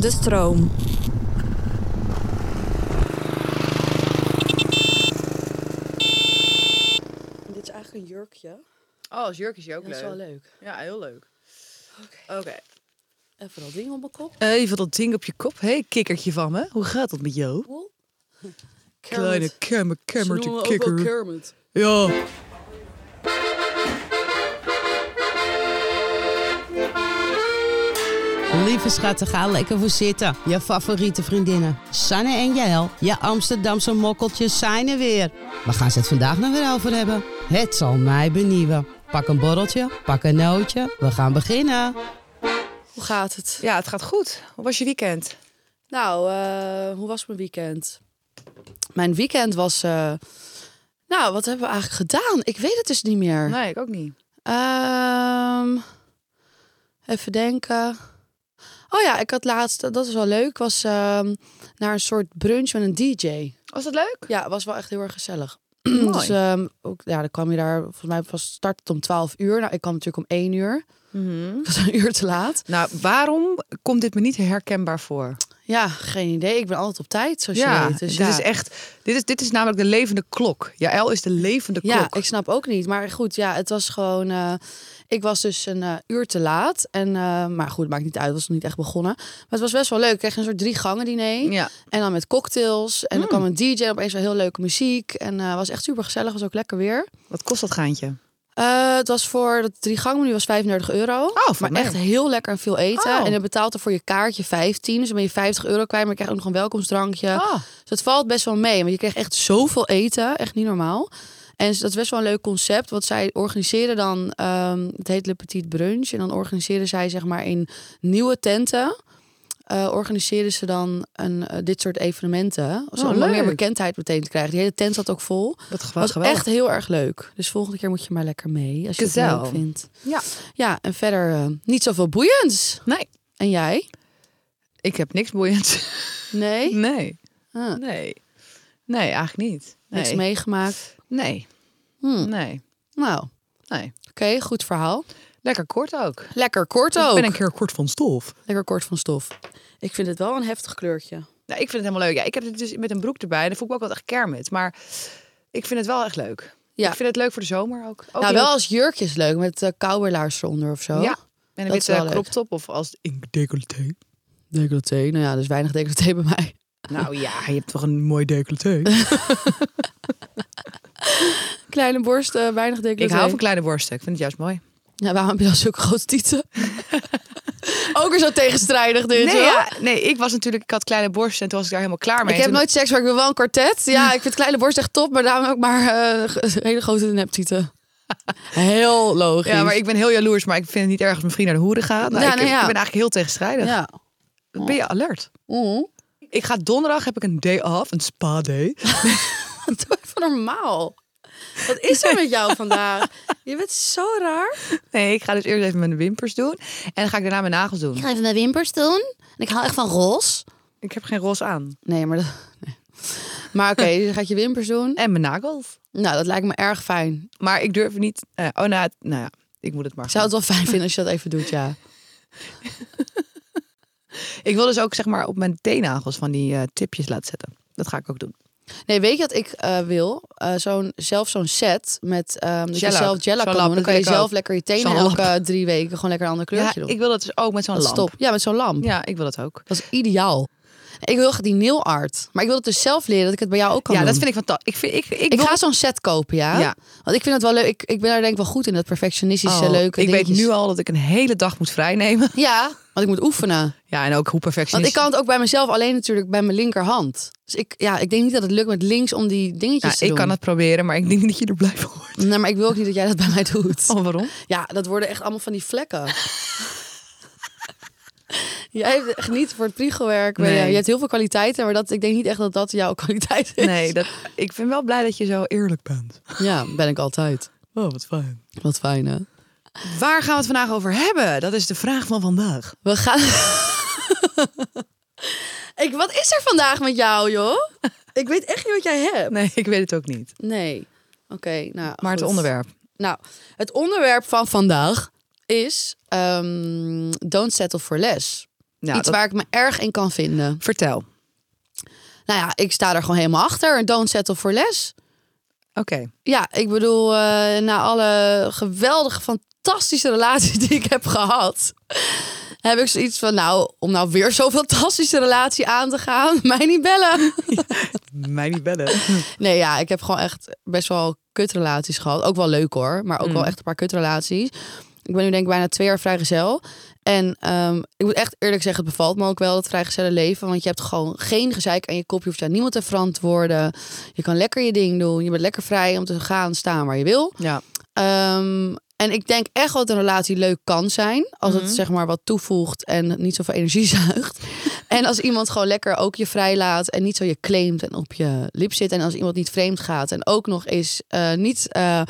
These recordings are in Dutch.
de stroom. Dit is eigenlijk een jurkje. Oh, als jurk is je ook Dat is wel leuk. leuk. Ja, heel leuk. Oké. Even dat ding op mijn kop. Even dat ding op je kop. Hé, hey, kikkertje van me. Hoe gaat dat met jou? Cool. Kleine kamer, Ze noemen kamertje me ook wel kikker. Kermit. Ja. Lieve schatten, ga lekker voor zitten. Je favoriete vriendinnen, Sanne en Jael, je Amsterdamse mokkeltjes zijn er weer. Waar gaan ze het vandaag nou weer over hebben? Het zal mij benieuwen. Pak een borreltje, pak een nootje, we gaan beginnen. Hoe gaat het? Ja, het gaat goed. Hoe was je weekend? Nou, eh, hoe was mijn weekend? Mijn weekend was... eh, nou, wat hebben we eigenlijk gedaan? Ik weet het dus niet meer. Nee, ik ook niet. Ehm, even denken. Oh ja, ik had laatst, dat is wel leuk, was ehm, naar een soort brunch met een DJ. Was dat leuk? Ja, was wel echt heel erg gezellig. Mooi. eh, Dus ehm, ook, ja, dan kwam je daar, volgens mij was start het om 12 uur. Nou, ik kwam natuurlijk om 1 uur. Mhm. Ik was een uur te laat. Nou, waarom komt dit me niet herkenbaar voor? Ja, geen idee. Ik ben altijd op tijd, zoals je weet. Dus dit ja. is echt. Dit is, dit is namelijk de levende klok. Ja, L is de levende Ja, klok. ik snap ook niet. Maar goed, ja, het was gewoon. eh, ik was dus een eh, uur te laat. En, eh, maar goed, maakt niet uit. Het was nog niet echt begonnen. Maar het was best wel leuk. Ik kreeg een soort drie gangen diner. Ja. Hmm. En dan met cocktails. En dan kwam een DJ opeens wel heel leuke muziek. En eh, was echt super gezellig. Was ook lekker weer. Wat kost dat gaantje? Eh, het was voor dat drie gang menu was 35 euro. valt maar mee. echt heel lekker en veel eten. Oh. En dan betaalt er voor je kaartje 15. Dus dan ben je 50 euro kwijt. Maar je krijgt ook nog een welkomstdrankje. Ah, Dus dat valt best wel mee. Want je kreeg echt zoveel eten. Echt niet normaal. En dus dat is best wel een leuk concept. Wat zij organiseren dan, ehm, het heet Le Petit Brunch. En dan organiseren zij zeg maar in nieuwe tenten. eh, organiseren ze dan een, eh, dit soort evenementen. Zo- Oh, om meer leuk. bekendheid meteen te krijgen. Die hele tent zat ook vol. wat was geweldig. geweldig. echt heel erg leuk. Dus volgende keer moet je maar lekker mee. Als je het Gezel. leuk vindt. Ja. Ja, en verder eh, niet zoveel boeiends. Nee, En jij? ik heb niks boeiends. Nee? Nee, Ah, nee, nee, eigenlijk niet. Nee, Niks meegemaakt? nee, Hm. nee, Nou, nee. oké, goed verhaal. Lekker kort ook. Lekker kort Ik ook. ben een keer kort van stof. Lekker kort van stof. Ik vind het wel een heftig kleurtje. Nou, ik vind het helemaal leuk. Ja, ik heb het dus met een broek erbij. En dat vond ik ook wel echt kermit. Maar ik vind het wel echt leuk. Ja. Ik vind het leuk voor de zomer ook. ook nou, leuk. wel als jurkje is leuk, met eh kouwerlaars eronder of zo. Ja. En dat een is witte wel leuk. crop top of als... In decolleté. Decolleté, nou ja, dus weinig decolleté bij mij. Nou ja, Je hebt toch een mooi decolleté? Kleine borst, eh, weinig decolleté. ik hou van kleine borsten. Ik vind het juist mooi. Ja, waarom heb je dan zulke grote tieten? Ook weer zo tegenstrijdig dit, Nee, hoor. ja, nee, ik was natuurlijk... Ik had kleine borsten en toen was ik daar helemaal klaar mee. Ik heb Toen- nooit seks, maar ik wil wel een kwartet. Ja, ik vind kleine borst echt top, maar daarom ook maar eh, hele grote neptieten. Heel logisch. Ja, maar ik ben heel jaloers. Maar ik vind het niet erg als mijn vriend naar de hoeren gaat. Nou, Ja, ik, nee, ja. ik ben eigenlijk heel tegenstrijdig. Ja. Ben je alert? Mm. Ik ga donderdag, heb ik een day off, een spa day. Doe even normaal. Wat is er met jou vandaag? Je bent zo raar. Nee, ik ga dus eerst even mijn wimpers doen. En dan ga ik daarna mijn nagels doen. ga even mijn wimpers doen. En ik haal echt van roze. Ik heb geen roze aan. Nee, maar... Dat, nee. Maar oké, je gaat je wimpers doen. En mijn nagels. Nou, dat lijkt me erg fijn. Maar ik durf niet. eh, oh, nou, het- nou ja, ik moet het maar. Ik zou het wel fijn vinden als je dat even doet, ja. gewoon. Ik wil dus ook zeg maar op mijn teennagels van die eh, tipjes laten zetten. Dat ga ik ook doen. Nee, weet je wat ik eh, wil? Eh, zo'n, zelf zo'n set met... ehm dat je Shellac. zelf gel kan Zo'n lap, doen. Dan dat kan je wil ik zelf ook. lekker je tenen Zo'n elke drie weken gewoon lekker een ander kleurtje ja, doen. ik wil dat dus ook met zo'n dat is lamp. top. Ja, met zo'n lamp. Ja, ik wil dat ook. Dat is ideaal. Ik wil echt die nail art. Maar ik wil het dus zelf leren dat ik het bij jou ook kan ja, doen. dat vind ik fantastisch. Ik vind, ik, ik, Ik wil- ga zo'n set kopen, ja? Ja. Want ik vind het wel leuk. Ik, ik ben daar denk ik wel goed in, dat perfectionistische Oh, eh, leuke Ik dingetjes. weet nu al dat ik een hele dag moet vrijnemen. Ja, want ik moet oefenen. Ja, en ook hoe Want ik perfectionistisch. kan het ook bij mezelf alleen natuurlijk bij mijn linkerhand. Dus ik, ja, ik denk niet dat het lukt met links om die dingetjes Ja, te ik doen. kan het proberen, maar ik denk niet dat je er blij van wordt. Nee, maar ik wil ook niet dat jij dat bij mij doet. Oh, waarom? Ja, dat worden echt allemaal van die vlekken. jij hebt echt niet voor het priegelwerk. ben je- Nee. Je hebt heel veel kwaliteiten, maar dat, ik denk niet echt dat dat jouw kwaliteit is. Nee, dat, ik ben wel blij dat je zo eerlijk bent. Ja, ben ik altijd. Oh, wat fijn. Wat fijn, hè? Waar gaan we het vandaag over hebben? Dat is de vraag van vandaag. We gaan. ik, wat is er vandaag met jou, joh? Ik weet echt niet wat jij hebt. Nee, ik weet het ook niet. Nee. Oké, nou. Maar het goed. onderwerp. Nou, het onderwerp van vandaag is ehm, Don't Settle for Less. Nou, Iets dat- waar ik me erg in kan vinden. Vertel. Oké. Nou ja, ik sta er gewoon helemaal achter. Don't settle for less. Ja, ik bedoel, eh, na alle geweldige, fantastische relaties die ik heb gehad, heb ik zoiets van, nou, om nou weer zo'n fantastische relatie aan te gaan, mij niet bellen. Mij niet bellen. Nee, ja, ik heb gewoon echt best wel kutrelaties gehad. Ook wel leuk hoor, maar ook wel echt een paar kutrelaties. Ik ben nu denk ik bijna twee jaar vrijgezel. En ehm, ik moet echt eerlijk zeggen, het bevalt me ook wel, dat vrijgezellen leven. Want je hebt gewoon geen gezeik aan je kop. Je hoeft aan niemand te verantwoorden. Je kan lekker je ding doen. Je bent lekker vrij om te gaan en staan waar je wil. ja. Ehm, en ik denk echt wel dat een relatie leuk kan zijn. Als Mhm. het zeg maar wat toevoegt en niet zoveel energie zuigt. en als iemand gewoon lekker ook je vrij laat. En niet zo je claimt en op je lip zit. En als iemand niet vreemd gaat. En ook nog eens eh, niet eh,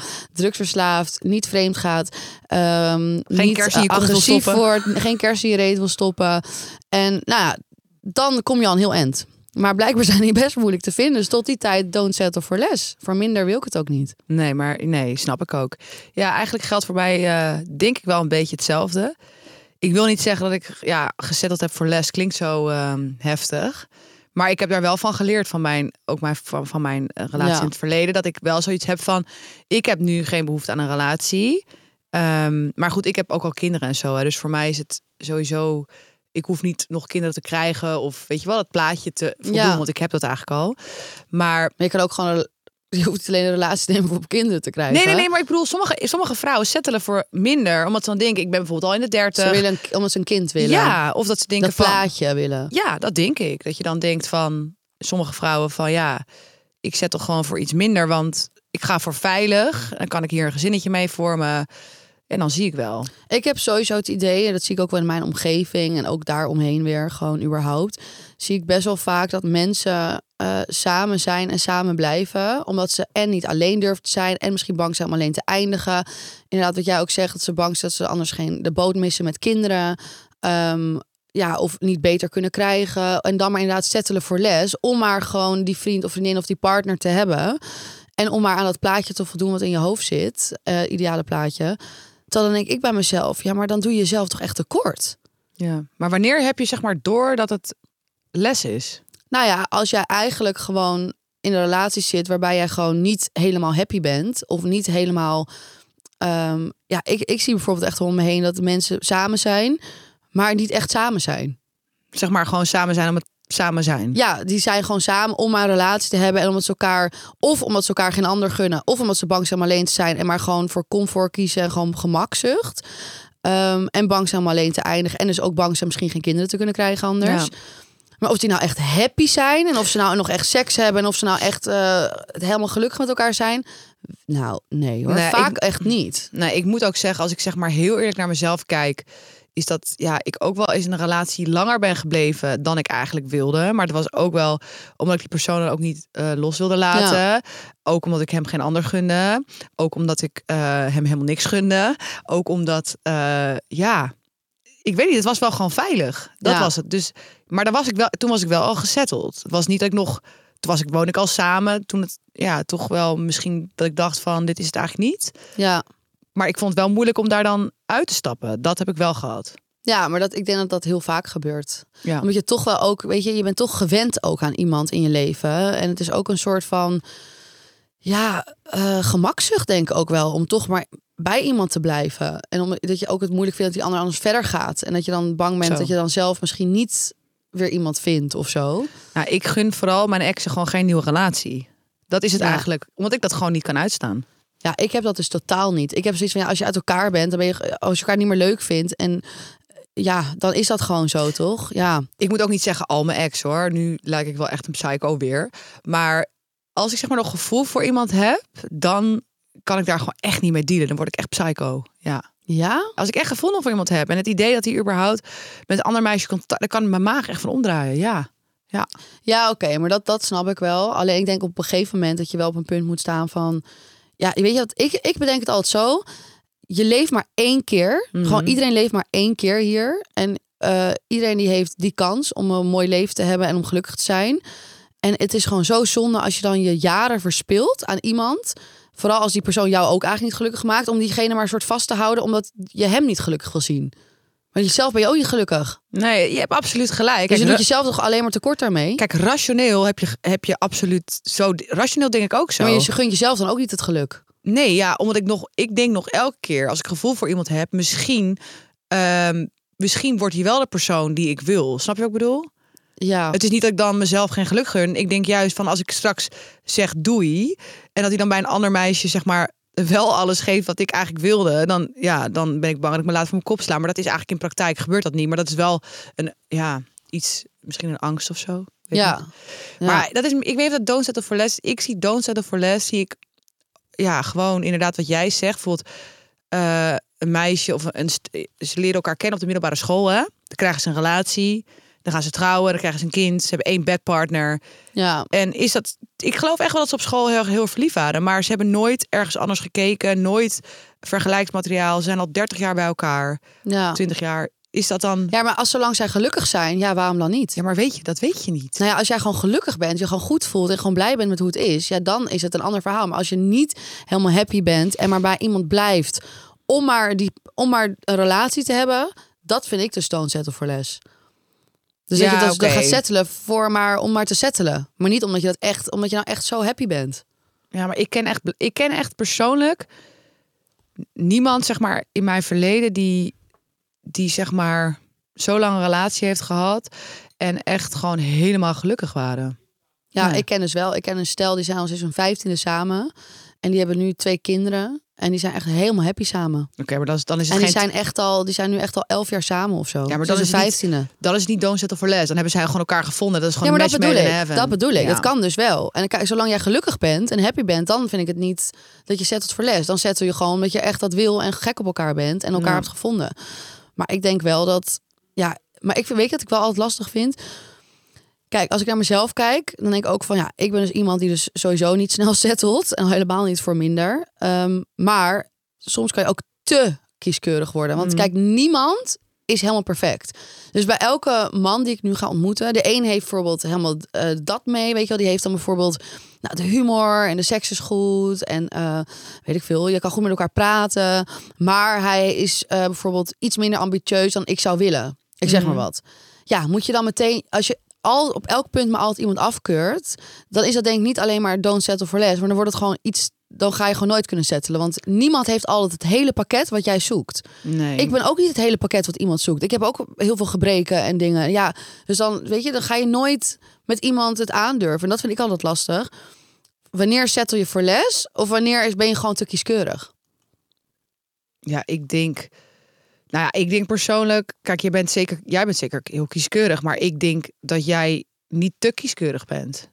drugsverslaafd. Niet vreemd gaat. ehm, Geen niet kers in je eh, kont wil agressief stoppen. wordt. Geen kers in je reet wil stoppen. En nou ja, dan kom je al een heel eind. Maar blijkbaar zijn die best moeilijk te vinden. Dus tot die tijd, don't settle for less. Voor minder wil ik het ook niet. Nee, maar nee, snap ik ook. Ja, eigenlijk geldt voor mij eh, denk ik wel een beetje hetzelfde. Ik wil niet zeggen dat ik ja, gezetteld heb voor les. Klinkt zo ehm, heftig. Maar ik heb daar wel van geleerd van mijn, ook mijn, van, van mijn eh, relatie Ja. in het verleden. Dat ik wel zoiets heb van, ik heb nu geen behoefte aan een relatie. Ehm, maar goed, ik heb ook al kinderen en zo. Hè, dus voor mij is het sowieso, ik hoef niet nog kinderen te krijgen. Of weet je wel, dat plaatje te voldoen. Ja. Want ik heb dat eigenlijk al. Maar Maar je kan ook gewoon. een- Je hoeft alleen een relatie te nemen om kinderen te krijgen. Nee, nee, nee, maar ik bedoel, sommige, sommige vrouwen settelen voor minder. Omdat ze dan denken, ik ben bijvoorbeeld al in de Ze dertig. willen een, omdat ze een kind willen. Ja, of dat ze denken dat van... plaatje willen. Ja, dat denk ik. Dat je dan denkt van, sommige vrouwen van, ja, ik zet toch gewoon voor iets minder. Want ik ga voor veilig. Dan kan ik hier een gezinnetje mee vormen. En dan zie ik wel. Ik heb sowieso het idee, en dat zie ik ook wel in mijn omgeving en ook daaromheen weer, gewoon überhaupt, zie ik best wel vaak dat mensen eh, samen zijn en samen blijven, omdat ze en niet alleen durven te zijn en misschien bang zijn om alleen te eindigen. Inderdaad, wat jij ook zegt, dat ze bang zijn dat ze anders geen de boot missen met kinderen. Ehm, ja, of niet beter kunnen krijgen. En dan maar inderdaad settelen voor les. Om maar gewoon die vriend of vriendin of die partner te hebben. En om maar aan dat plaatje te voldoen wat in je hoofd zit. eh, ideale plaatje. Terwijl dan denk ik bij mezelf, ja, maar dan doe je jezelf toch echt tekort. Ja. Maar wanneer heb je zeg maar door dat het les is? Nou ja, als jij eigenlijk gewoon in een relatie zit waarbij jij gewoon niet helemaal happy bent of niet helemaal. ehm, ja, ik, ik zie bijvoorbeeld echt om me heen dat mensen samen zijn, maar niet echt samen zijn. Zeg maar gewoon samen zijn om het samen zijn. Ja, die zijn gewoon samen om maar een relatie te hebben. En omdat ze elkaar, of omdat ze elkaar geen ander gunnen, of omdat ze bang zijn om alleen te zijn en maar gewoon voor comfort kiezen en gewoon gemakzucht. Ehm, en bang zijn om alleen te eindigen. En dus ook bang zijn misschien geen kinderen te kunnen krijgen anders. Ja. Maar of die nou echt happy zijn en of ze nou nog echt seks hebben en of ze nou echt eh, het helemaal gelukkig met elkaar zijn. Nou, nee hoor. Nee, Vaak ik- echt niet. Nou, ik moet ook zeggen, als ik zeg maar heel eerlijk naar mezelf kijk, is dat ja, ik ook wel eens in een relatie langer ben gebleven dan ik eigenlijk wilde. Maar dat was ook wel omdat ik die persoon dan ook niet eh, los wilde laten. Ook omdat ik hem geen ander gunde. Ook omdat ik eh, hem helemaal niks gunde. Ook omdat, eh, ja, ik weet niet, het was wel gewoon veilig. Dat Ja. was het. Dus, maar daar was ik wel, toen was ik wel al gezetteld. Het was niet dat ik nog, toen was ik, woon ik al samen. Toen het, ja, toch wel misschien dat ik dacht van, dit is het eigenlijk niet. Ja. Maar ik vond het wel moeilijk om daar dan uit te stappen. Dat heb ik wel gehad. Ja, maar dat, ik denk dat dat heel vaak gebeurt. Ja. Omdat je toch wel ook, weet je, je bent toch gewend ook aan iemand in je leven. En het is ook een soort van, ja, eh gemakzucht denk ik ook wel. Om toch maar bij iemand te blijven. En omdat je ook het moeilijk vindt dat die ander anders verder gaat. En dat je dan bang bent Zo. dat je dan zelf misschien niet weer iemand vindt of zo. Nou, ik gun vooral mijn exen gewoon geen nieuwe relatie. Dat is het Ja. eigenlijk. Omdat ik dat gewoon niet kan uitstaan. Ja, ik heb dat dus totaal niet. Ik heb zoiets van, ja, als je uit elkaar bent, dan ben je, als je elkaar niet meer leuk vindt. En ja, dan is dat gewoon zo, toch? Ja. Ik moet ook niet zeggen al mijn ex hoor. Nu lijk ik wel echt een psycho weer. Maar als ik zeg maar nog gevoel voor iemand heb, dan kan ik daar gewoon echt niet mee dealen. Dan word ik echt psycho. Ja. Ja? Als ik echt gevoel nog voor iemand heb en het idee dat hij überhaupt met een ander meisje contact, dan kan mijn maag echt van omdraaien. Ja. Ja, oké, maar dat, dat snap ik wel. Alleen ik denk op een gegeven moment dat je wel op een punt moet staan van... Ja, weet je wat, ik, ik bedenk het altijd zo. Je leeft maar één keer. Gewoon iedereen leeft maar één keer hier. En eh, iedereen die heeft die kans om een mooi leven te hebben en om gelukkig te zijn. En het is gewoon zo zonde als je dan je jaren verspilt aan iemand. Vooral als die persoon jou ook eigenlijk niet gelukkig maakt. Om diegene maar een soort vast te houden omdat je hem niet gelukkig wil zien. Maar zelf ben je ook niet gelukkig. Nee, je hebt absoluut gelijk. Dus je Kijk, doet ra- jezelf toch alleen maar tekort daarmee? Kijk, rationeel heb je, heb je absoluut zo. Rationeel denk ik ook zo. Maar je gunt jezelf dan ook niet het geluk. Nee, ja, omdat ik nog, ik denk nog elke keer als ik gevoel voor iemand heb, misschien, ehm, misschien wordt hij wel de persoon die ik wil. Snap je wat ik bedoel? Ja. Het is niet dat ik dan mezelf geen geluk gun. Ik denk juist van als ik straks zeg doei en dat hij dan bij een ander meisje zeg maar wel alles geeft wat ik eigenlijk wilde, dan ja, dan ben ik bang dat ik me laat van mijn kop slaan. Maar dat is eigenlijk in praktijk gebeurt dat niet. Maar dat is wel een ja iets, misschien een angst of zo. Weet ik niet. ja. Ja. Maar dat is, ik weet dat don't settle for less. Ik zie don't settle for less. Zie ik, ja, gewoon inderdaad wat jij zegt. Bijvoorbeeld eh, een meisje of een, st- ze leren elkaar kennen op de middelbare school. Hè? Dan krijgen ze een relatie. Dan gaan ze trouwen. Dan krijgen ze een kind. Ze hebben één bedpartner. ja. En is dat, ik geloof echt wel dat ze op school heel, heel verliefd waren. Maar ze hebben nooit ergens anders gekeken. Nooit vergelijksmateriaal. Ze zijn al 30 jaar bij elkaar. Ja. 20 jaar. Is dat dan... Ja, maar als zolang zij gelukkig zijn, ja, waarom dan niet? Ja, maar weet je, dat weet je niet. Nou ja, als jij gewoon gelukkig bent, je gewoon goed voelt en gewoon blij bent met hoe het is, ja, dan is het een ander verhaal. Maar als je niet helemaal happy bent en maar bij iemand blijft om maar, die, om maar een relatie te hebben, dat vind ik de stone settle for less. Dus Ja, dat je dat dan oké. gaat settelen voor maar om maar te settelen. Maar niet omdat je dat echt, omdat je nou echt zo happy bent. Ja, maar ik ken echt, ik ken echt persoonlijk niemand, zeg maar, in mijn verleden die, die zeg maar, zo lang een relatie heeft gehad en echt gewoon helemaal gelukkig waren. Ja, Ja. ik ken dus wel. Ik ken een stel, die zijn al sinds hun vijftiende samen. En die hebben nu twee kinderen. En die zijn echt helemaal happy samen. Oké, maar dan is, dan is het En die Dus geen... zijn, echt al, die zijn nu echt al elf jaar samen of zo. Ja, dat maar dan is is het niet- vijftiende. Dan is het niet don't settle for less. Dan hebben zij gewoon elkaar gevonden. Dat is Ja, gewoon maar een dat match bedoel made in ik. heaven. Dat bedoel ik. Ja. Dat kan dus wel. En kijk, zolang jij gelukkig bent en happy bent, dan vind ik het niet dat je settelt voor les. Dan settel je gewoon dat je echt dat wil en gek op elkaar bent en elkaar hebt gevonden. Maar ik denk wel dat, ja, maar ik vind, weet je wat ik wel altijd lastig vind. Kijk, als ik naar mezelf kijk, dan denk ik ook van ja, ik ben dus iemand die dus sowieso niet snel settelt en al helemaal niet voor minder. Ehm, maar soms kan je ook te kieskeurig worden. Want Hmm. kijk, niemand is helemaal perfect. Dus bij elke man die ik nu ga ontmoeten, de een heeft bijvoorbeeld helemaal eh, dat mee, weet je wel, die heeft dan bijvoorbeeld nou, de humor en de seks is goed en eh, weet ik veel, je kan goed met elkaar praten, maar hij is eh, bijvoorbeeld iets minder ambitieus dan ik zou willen. Ik zeg maar wat. Ja, moet je dan meteen, als je al op elk punt maar altijd iemand afkeurt, dan is dat denk ik niet alleen maar don't settle for less, maar dan wordt het gewoon iets, dan ga je gewoon nooit kunnen settelen, want niemand heeft altijd het hele pakket wat jij zoekt. Nee. Ik ben ook niet het hele pakket wat iemand zoekt. Ik heb ook heel veel gebreken en dingen. Ja, dus dan weet je, dan ga je nooit met iemand het aandurven. En dat vind ik altijd lastig. Wanneer settel je voor les? Of wanneer is- ben je gewoon te kieskeurig? Ja, ik denk. Nou ja, ik denk persoonlijk. Kijk, jij bent zeker, jij bent zeker heel kieskeurig. Maar ik denk dat jij niet te kieskeurig bent.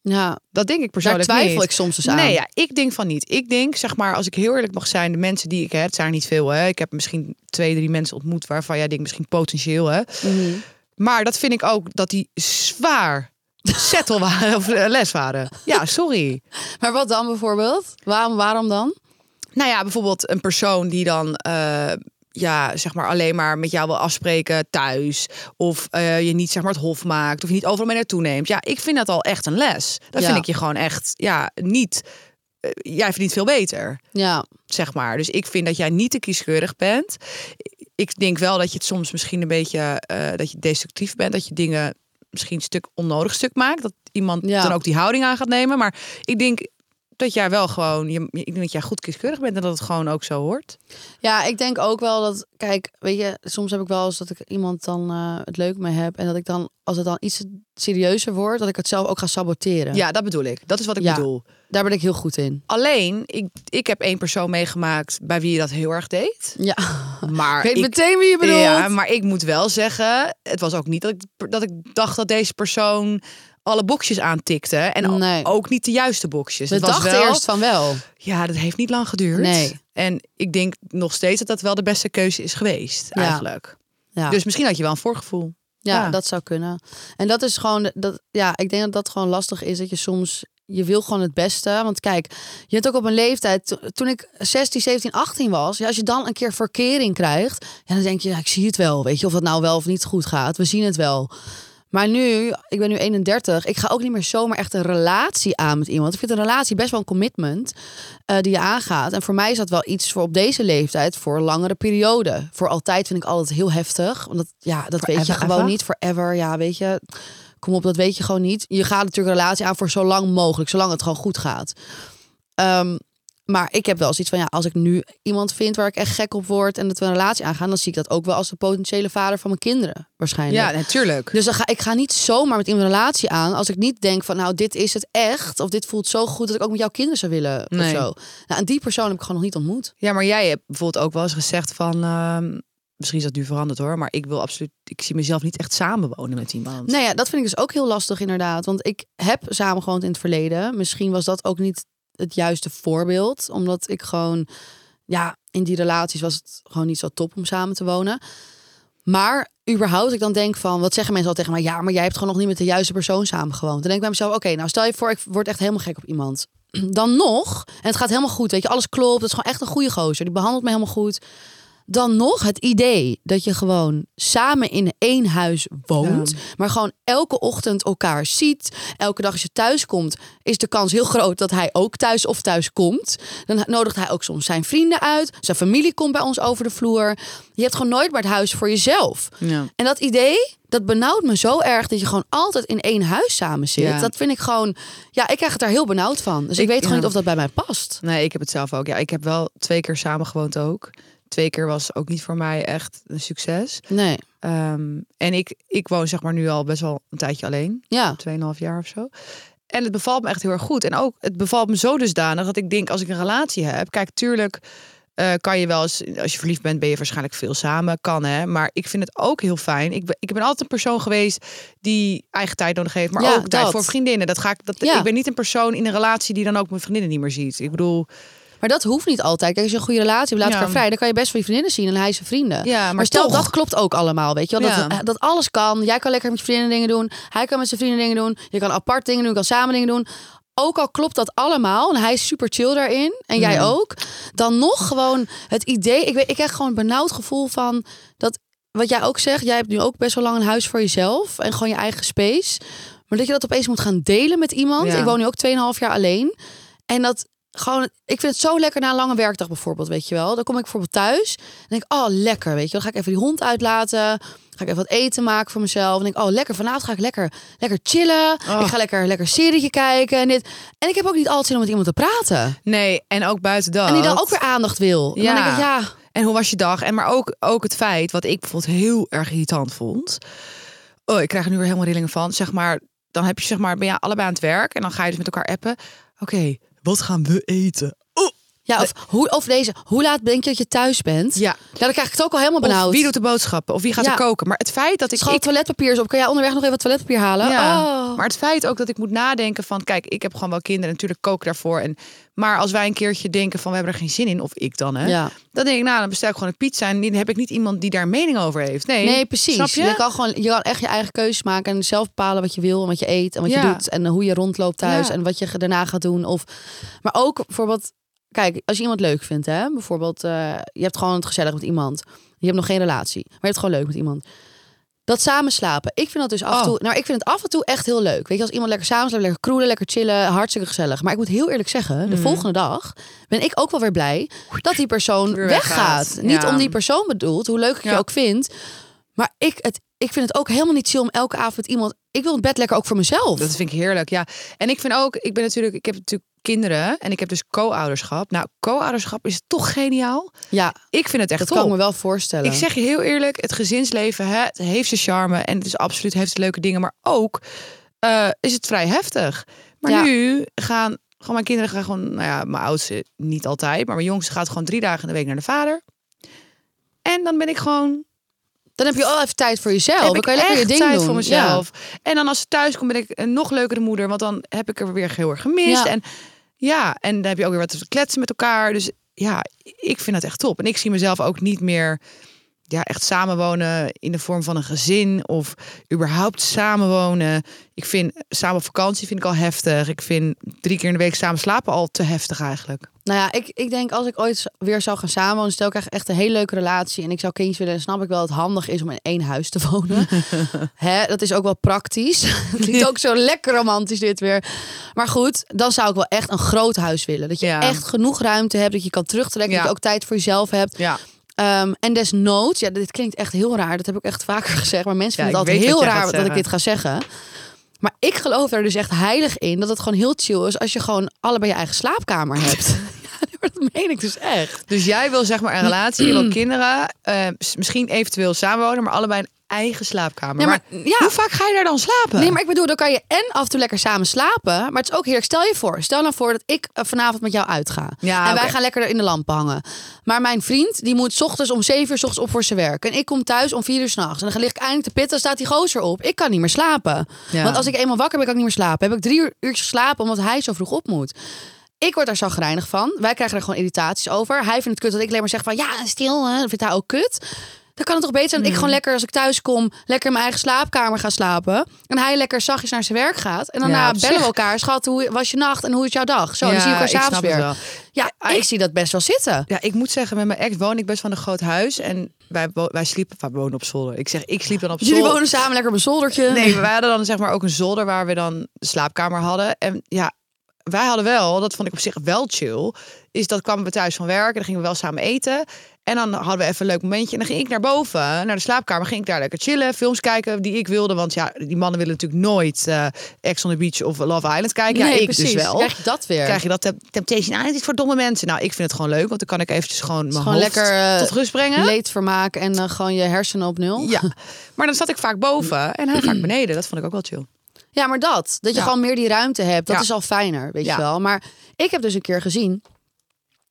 Ja, Dat denk ik daar persoonlijk. twijfel niet. ik soms dus aan. Nee, ja, ik denk van niet. Ik denk, zeg maar, als ik heel eerlijk mag zijn, de mensen die ik heb, het zijn er niet veel. Hè. Ik heb misschien twee, drie mensen ontmoet waarvan jij denkt misschien potentieel. Hè. Mhm. Maar dat vind ik ook dat die zwaar settle waren of eh, les waren. Ja, sorry. Maar wat dan bijvoorbeeld? Waarom, waarom dan? Nou ja, bijvoorbeeld een persoon die dan. eh, ja, zeg maar alleen maar met jou wil afspreken thuis. Of eh, je niet zeg maar het hof maakt. Of je niet overal mee naartoe neemt. Ja, ik vind dat al echt een les. Dan Ja. vind ik je gewoon echt, ja, niet... eh, jij verdient veel beter. Ja, zeg maar. Dus ik vind dat jij niet te kieskeurig bent. Ik denk wel dat je het soms misschien een beetje eh, dat je destructief bent, dat je dingen misschien een stuk onnodig stuk maakt, dat iemand Ja. dan ook die houding aan gaat nemen. Maar ik denk dat jij wel gewoon, je, ik denk dat jij goed kieskeurig bent en dat het gewoon ook zo hoort. Ja, ik denk ook wel dat, kijk, weet je, soms heb ik wel eens dat ik iemand dan eh, het leuk mee heb. En dat ik dan, als het dan iets serieuzer wordt, dat ik het zelf ook ga saboteren. Ja, dat bedoel ik. Dat is wat ik Ja. bedoel. Daar ben ik heel goed in. Alleen, ik, ik heb één persoon meegemaakt bij wie je dat heel erg deed. Ja, Maar ik weet ik- meteen wie je bedoelt. Ja, maar ik moet wel zeggen, het was ook niet dat ik, dat ik dacht dat deze persoon alle boxjes aantikte. En o- Nee. ook niet de juiste boxjes. We Dus het was dachten wel, eerst van wel. Ja, dat heeft niet lang geduurd. Nee. En ik denk nog steeds dat dat wel de beste keuze is geweest, Ja. eigenlijk. Ja, Dus misschien had je wel een voorgevoel. ja, ja. dat zou kunnen. En dat is gewoon, dat, ja, ik denk dat dat gewoon lastig is. Dat je soms, je wil gewoon het beste. Want kijk, je hebt ook op een leeftijd, to- toen ik 16, 17, 18 was. Ja, als je dan een keer verkering krijgt, ja, dan denk je, ja, ik zie het wel. Weet je, of het nou wel of niet goed gaat. We zien het wel. Maar nu, ik ben nu 31, ik ga ook niet meer zomaar echt een relatie aan met iemand. Ik vind een relatie best wel een commitment eh, die je aangaat. En voor mij is dat wel iets voor op deze leeftijd, voor een langere periode. Voor altijd vind ik altijd heel heftig. Want dat, ja, dat weet je Forever, gewoon ever? niet. Forever, ja, weet je. Kom op, dat weet je gewoon niet. Je gaat natuurlijk een relatie aan voor zo lang mogelijk, zolang het gewoon goed gaat. Ehm, maar ik heb wel zoiets van, ja, als ik nu iemand vind waar ik echt gek op word en dat we een relatie aangaan, dan zie ik dat ook wel als de potentiële vader van mijn kinderen waarschijnlijk. Ja, natuurlijk. Dus dan ga, ik ga niet zomaar met iemand een relatie aan als ik niet denk van, nou, dit is het echt. Of dit voelt zo goed dat ik ook met jouw kinderen zou willen. Of Nee. zo. Nou, en die persoon heb ik gewoon nog niet ontmoet. Ja, maar jij hebt bijvoorbeeld ook wel eens gezegd van... ehm, misschien is dat nu veranderd hoor, maar ik wil absoluut... Ik zie mezelf niet echt samenwonen met iemand. Nou ja, dat vind ik dus ook heel lastig inderdaad. Want ik heb samengewoond in het verleden. Misschien was dat ook niet het juiste voorbeeld. Omdat ik gewoon, ja, in die relaties was het gewoon niet zo top om samen te wonen. Maar überhaupt, ik dan denk van, wat zeggen mensen al tegen mij? Ja, maar jij hebt gewoon nog niet met de juiste persoon samengewoond. Dan denk ik bij mezelf, oké, nou stel je voor, ik word echt helemaal gek op iemand. Dan nog, en het gaat helemaal goed, weet je, alles klopt. Het is gewoon echt een goede gozer, die behandelt me helemaal goed. Dan nog het idee dat je gewoon samen in één huis woont, maar gewoon elke ochtend elkaar ziet. Elke dag als je thuis komt, is de kans heel groot dat hij ook thuis of thuis komt. Dan nodigt hij ook soms zijn vrienden uit. Zijn familie komt bij ons over de vloer. Je hebt gewoon nooit maar het huis voor jezelf. Ja. En dat idee, dat benauwt me zo erg dat je gewoon altijd in één huis samen zit. Ja. Dat vind ik gewoon, ja, ik krijg het daar heel benauwd van. Dus ik, Ik- weet gewoon ja. niet of dat bij mij past. Nee, ik heb het zelf ook. Ja, ik heb wel twee keer samengewoond ook. Twee keer was ook niet voor mij echt een succes. Nee, Ehm, en ik, ik woon zeg maar nu al best wel een tijdje alleen. ja. 2,5 jaar of zo. En het bevalt me echt heel erg goed. En ook, het bevalt me zo dusdanig dat ik denk, als ik een relatie heb... Kijk, tuurlijk eh, kan je wel eens... Als je verliefd bent, ben je waarschijnlijk veel samen. Kan, hè. Maar ik vind het ook heel fijn. Ik ben, ik ben altijd een persoon geweest die eigen tijd nodig heeft. Maar Ja, ook tijd dat. voor vriendinnen. Dat ga ik, dat, Ja. ik ben niet een persoon in een relatie die dan ook mijn vriendinnen niet meer ziet. Ik bedoel... Maar dat hoeft niet altijd. Kijk, als je een goede relatie hebt, laat Ja. elkaar vrij. Dan kan je best wel je vriendinnen zien en hij zijn vrienden. Ja, maar maar stel, toch. dat klopt ook allemaal, weet je wel. Dat, eh, Ja. dat alles kan. Jij kan lekker met je vrienden dingen doen. Hij kan met zijn vrienden dingen doen. Je kan apart dingen doen, je kan samen dingen doen. Ook al klopt dat allemaal en hij is super chill daarin en jij ook, dan nog gewoon het idee. Ik, weet, ik krijg gewoon een benauwd gevoel van dat wat jij ook zegt. Jij hebt nu ook best wel lang een huis voor jezelf en gewoon je eigen space. Maar dat je dat opeens moet gaan delen met iemand. Ja. Ik woon nu ook 2,5 jaar alleen. En dat gewoon, ik vind het zo lekker na een lange werkdag bijvoorbeeld, weet je wel. Dan kom ik bijvoorbeeld thuis en denk, ik, oh lekker, weet je wel. Dan ga ik even die hond uitlaten, ga ik even wat eten maken voor mezelf. En denk, ik, oh lekker, vanavond ga ik lekker, lekker chillen. Ik Oh. ga lekker, lekker serietje kijken en dit. En ik heb ook niet altijd zin om met iemand te praten. Nee, en ook buiten dat. En die dan ook weer aandacht wil. En dan Oh, Ja. denk ik, ja, En hoe was je dag? En maar ook, ook het feit, wat ik bijvoorbeeld heel erg irritant vond. Oh, ik krijg er nu weer helemaal rillingen van. Zeg maar, dan heb je zeg maar, ben je allebei aan het werk en dan ga je dus met elkaar appen. Oké, wat gaan we eten? ja of, hoe, of deze, hoe laat denk je dat je thuis bent? Eh, Ja. Ja, dan krijg ik het ook al helemaal benauwd. Of wie doet de boodschappen? Of wie gaat Ja. er koken? Maar het feit dat ik... Schat, ik- toiletpapier is op. Kan jij onderweg nog even wat toiletpapier halen? Ja. Oh. Maar het feit ook dat ik moet nadenken van, kijk, ik heb gewoon wel kinderen, natuurlijk kook ik daarvoor. En, maar als wij een keertje denken van, we hebben er geen zin in, of ik dan, hè, Ja. dan denk ik, nou, dan bestel ik gewoon een pizza en dan heb ik niet iemand die daar een mening over heeft. Nee, Nee, precies. Snap je? kan gewoon, je kan echt je eigen keuzes maken en zelf bepalen wat je wil en wat je eet en wat je Ja. doet en hoe je rondloopt thuis Ja. en wat je daarna gaat doen. Of, maar ook bijvoorbeeld, kijk, als je iemand leuk vindt, hè, bijvoorbeeld, eh, je hebt gewoon het gezellig met iemand, je hebt nog geen relatie, maar je hebt gewoon leuk met iemand. Dat samen slapen. Ik vind dat dus af en Oh. toe. Nou, ik vind het af en toe echt heel leuk. Weet je, als iemand lekker samen slaapt, lekker kroelen, lekker chillen, hartstikke gezellig. Maar ik moet heel eerlijk zeggen, Mhm. de volgende dag ben ik ook wel weer blij dat die persoon Weer weggaat. weggaat. Niet Ja. om die persoon bedoeld, hoe leuk ik je Ja. ook vind. Maar ik, het, ik vind het ook helemaal niet chill om elke avond met iemand. Ik wil het bed lekker ook voor mezelf. Dat vind ik heerlijk, ja. En ik vind ook, ik ben natuurlijk, ik heb natuurlijk kinderen en ik heb dus co-ouderschap. Nou, co-ouderschap is toch geniaal. ja, Ik vind het echt dat top. kan ik me wel voorstellen. Ik zeg je heel eerlijk, het gezinsleven hè, het heeft zijn charme en het is absoluut heeft het leuke dingen, maar ook eh, is het vrij heftig. Maar Ja. nu gaan gewoon mijn kinderen gaan gewoon, nou ja, mijn oudste niet altijd, maar mijn jongste gaat gewoon drie dagen in de week naar de vader. En dan ben ik gewoon Dan heb je al even tijd voor jezelf. heb dan ik kan je lekker je echt ding tijd doen. voor Ja. mezelf. En dan als ze thuis komt ben ik een nog leukere moeder. Want dan heb ik er weer heel erg gemist. Ja. En ja, en dan heb je ook weer wat te kletsen met elkaar. Dus ja, ik vind dat echt top. En ik zie mezelf ook niet meer ja, echt samenwonen in de vorm van een gezin of überhaupt samenwonen. Ik vind samen op vakantie vind ik al heftig. Ik vind drie keer in de week samen slapen al te heftig eigenlijk. Nou ja, ik, ik denk als ik ooit weer zou gaan samenwonen, stel ik krijg echt een hele leuke relatie en ik zou kindjes willen, dan snap ik wel dat het handig is om in één huis te wonen. Hè, dat is ook wel praktisch. het klinkt ook zo lekker romantisch dit weer. Maar goed, dan zou ik wel echt een groot huis willen. Dat je Ja. echt genoeg ruimte hebt, dat je kan terugtrekken, dat Ja. je ook tijd voor jezelf hebt. Ja, Ehm, en desnoods, ja, dit klinkt echt heel raar. Dat heb ik echt vaker gezegd. Maar mensen Ja, vinden ik het altijd weet heel wat jij raar gaat dat ik zeggen. dit ga zeggen. Maar ik geloof er dus echt heilig in dat het gewoon heel chill is als je gewoon allebei je eigen slaapkamer hebt. ja, nee, maar dat meen ik dus echt. dus jij wil zeg maar een relatie, je wil kinderen, eh, s- misschien eventueel samenwonen, maar allebei een eigen slaapkamer. Nee, maar, ja. hoe vaak ga je daar dan slapen? Nee, maar ik bedoel, dan kan je en af en toe lekker samen slapen. Maar het is ook heerlijk. Stel je voor, stel nou voor dat ik eh, vanavond met jou uitga. Ja, en wij oké. gaan lekker in de lampen hangen. Maar mijn vriend, die moet 's ochtends om 7 uur 's ochtends op voor zijn werk. En ik kom thuis om 4 uur s'nachts. En dan lig ik eindelijk te pitten, dan staat die gozer op. Ik kan niet meer slapen. Ja. Want als ik eenmaal wakker ben, kan ik niet meer slapen. Heb ik drie uur, uurtjes geslapen omdat hij zo vroeg op moet. Ik word daar zagrijnig van. Wij krijgen er gewoon irritaties over. Hij vindt het kut dat ik alleen maar zeg van ja, stil, hè. Dat vindt hij ook kut. Dan kan het toch beter zijn dat Hmm. ik gewoon lekker als ik thuis kom, lekker in mijn eigen slaapkamer ga slapen. En hij lekker zachtjes naar zijn werk gaat. En daarna Ja, op bellen we zich. elkaar. Schat, hoe was je nacht en hoe is jouw dag? Zo, dan zie je elkaar ik s'avonds snap het weer. wel. Ja, ik zie dat best wel zitten. Ja, ik moet zeggen, met mijn ex woon ik best wel in een groot huis. En wij, wo- wij sliepen, wij wonen op zolder. Ik zeg, ik sliep dan op Jullie zolder. wonen samen lekker op een zoldertje. Nee, wij hadden dan zeg maar ook een zolder waar we dan de slaapkamer hadden. En ja, wij hadden wel, dat vond ik op zich wel chill, is dat kwamen we thuis van werk en dan gingen we wel samen eten. En dan hadden we even een leuk momentje. En dan ging ik naar boven, naar de slaapkamer. Ging ik daar lekker chillen, films kijken die ik wilde. Want ja, die mannen willen natuurlijk nooit eh Ex on the Beach of Love Island kijken. ja, Nee, ik precies. dus wel. Krijg je dat weer. krijg je dat Temp- Temptation Island is voor domme mensen. Nou, ik vind het gewoon leuk, want dan kan ik eventjes gewoon mijn gewoon hoofd lekker, eh, tot rust brengen. leedvermaak en eh, gewoon je hersenen op nul. Ja, maar dan zat ik vaak boven en hij vaak beneden. Dat vond ik ook wel chill. Ja, maar dat. Dat je Ja. gewoon meer die ruimte hebt. Dat Ja. is al fijner, weet Ja. je wel. Maar ik heb dus een keer gezien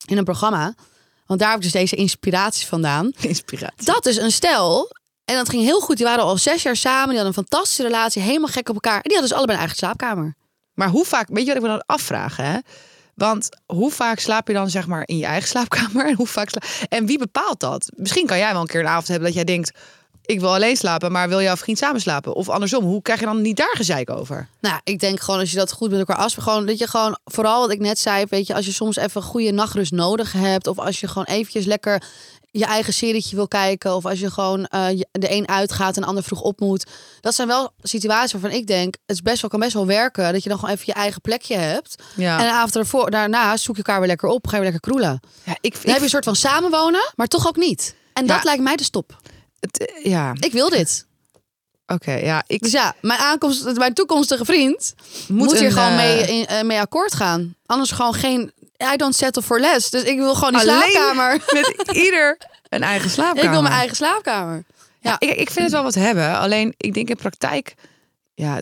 in een programma. Want daar heb ik dus deze inspiratie vandaan. Inspiratie. Dat is een stel. En dat ging heel goed. Die waren al zes jaar samen. Die hadden een fantastische relatie. Helemaal gek op elkaar. En die hadden dus allebei een eigen slaapkamer. Maar hoe vaak, weet je wat ik me dan afvraag, hè? Want hoe vaak slaap je dan zeg maar in je eigen slaapkamer? En, hoe vaak sla- en wie bepaalt dat? Misschien kan jij wel een keer een avond hebben dat jij denkt... ik wil alleen slapen, maar wil jouw vriend samen slapen? Of andersom, hoe krijg je dan niet daar gezeik over? Nou, ik denk gewoon als je dat goed met elkaar afspreekt. Gewoon dat je gewoon, vooral wat ik net zei. Weet je, als je soms even goede nachtrust nodig hebt. Of als je gewoon eventjes lekker je eigen serietje wil kijken. Of als je gewoon eh, je- de een uitgaat en de ander vroeg op moet. Dat zijn wel situaties waarvan ik denk, het is best wel, kan best wel werken. Dat je dan gewoon even je eigen plekje hebt. Ja, En de avond ervoor, daarna zoek je elkaar weer lekker op. Ga je weer lekker kroelen. ja ik, Dan ik- heb je een soort van samenwonen, maar toch ook niet. En dat Ja. lijkt mij de stop. het- eh, ja oké. Ik wil dit. ja, ik Dus ja, mijn, aankomst, mijn toekomstige vriend moet, een, hier gewoon eh, mee, in- eh, mee akkoord gaan. Anders gewoon geen... I don't settle for less. Dus ik wil gewoon die Alleen? slaapkamer. met ieder een eigen slaapkamer. Ik wil mijn eigen slaapkamer. Ja. Ja, ik, ik vind het wel wat hebben. Alleen, ik denk in praktijk... Ja,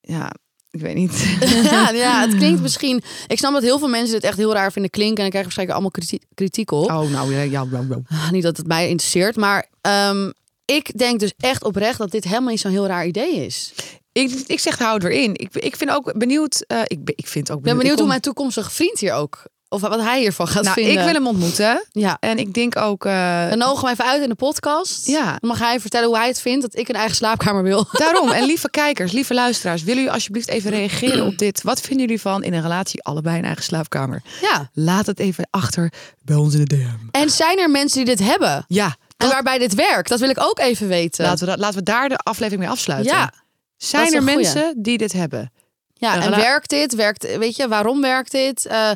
ja ik weet niet. ja, ja, het klinkt misschien... Ik snap dat heel veel mensen dit echt heel raar vinden klinken. En dan krijg je waarschijnlijk allemaal kriti- kritiek op. Oh, nou, ja, ja, ja, ja. Ah, Niet dat het mij interesseert, maar... ehm, ik denk dus echt oprecht dat dit helemaal niet zo'n heel raar idee is. Ik, ik zeg, hou het weer in. Ik, ik vind ook benieuwd. eh, ik, ben- ik vind ook Ik ben benieuwd. benieuwd ik hoe kom- mijn toekomstige vriend hier ook... Of wat hij hiervan gaat nou, vinden. ik wil hem ontmoeten. Ja. En ik denk ook. eh, Dan nodigen we hem even uit in de podcast. Ja. Dan mag hij vertellen hoe hij het vindt dat ik een eigen slaapkamer wil. daarom. En lieve kijkers, lieve luisteraars, willen jullie alsjeblieft even reageren op dit? Wat vinden jullie van in een relatie allebei een eigen slaapkamer? Ja. Laat het even achter bij ons in de DM. En zijn er mensen die dit hebben? Ja, En dat- waarbij dit werkt? Dat wil ik ook even weten. laten, we dat, laten we daar de aflevering mee afsluiten. ja. dat Zijn is er een goeie. mensen die dit hebben? ja. Een En rela- werkt dit? Werkt, weet je, waarom werkt dit? Eh,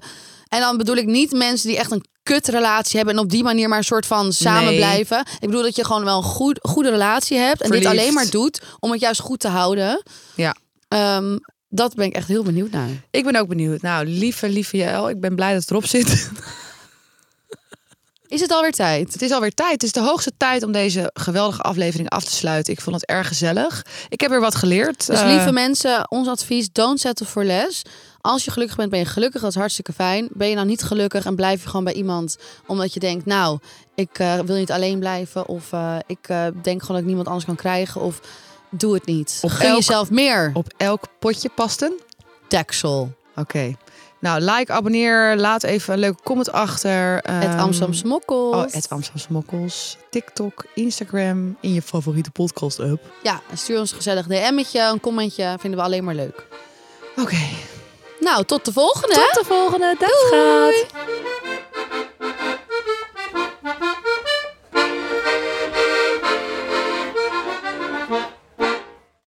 en dan bedoel ik niet mensen die echt een kutrelatie hebben en op die manier maar een soort van samen Nee. blijven. Ik bedoel dat je gewoon wel een goed, goede relatie hebt en dit Verliefd. alleen maar doet om het juist goed te houden. Ja. Ehm, dat ben ik echt heel benieuwd naar. Ik ben ook benieuwd. Nou, lieve, lieve Jael, ik ben blij dat het erop zit. Is het alweer tijd? Het is alweer tijd. Het is de hoogste tijd om deze geweldige aflevering af te sluiten. Ik vond het erg gezellig. Ik heb weer wat geleerd. Dus Eh, lieve mensen, ons advies, don't settle for less. Als je gelukkig bent, ben je gelukkig, dat is hartstikke fijn. Ben je nou niet gelukkig en blijf je gewoon bij iemand omdat je denkt, nou, ik eh, wil niet alleen blijven. Of eh, ik eh, denk gewoon dat ik niemand anders kan krijgen. Of doe het niet. Op Gun elk- jezelf meer. op elk potje pasten. Deksel. Oké. Nou, like, abonneer, laat even een leuke comment achter. het Ehm, Amsterdamse mokkel. Oh, het Amsterdamse Mokkels. TikTok, Instagram, in je favoriete podcast app. Ja, en stuur ons een gezellig DM'tje, een commentje. Vinden we alleen maar leuk. Oké. Nou, tot de volgende. hè? Tot de volgende. Dag, schat. Doei.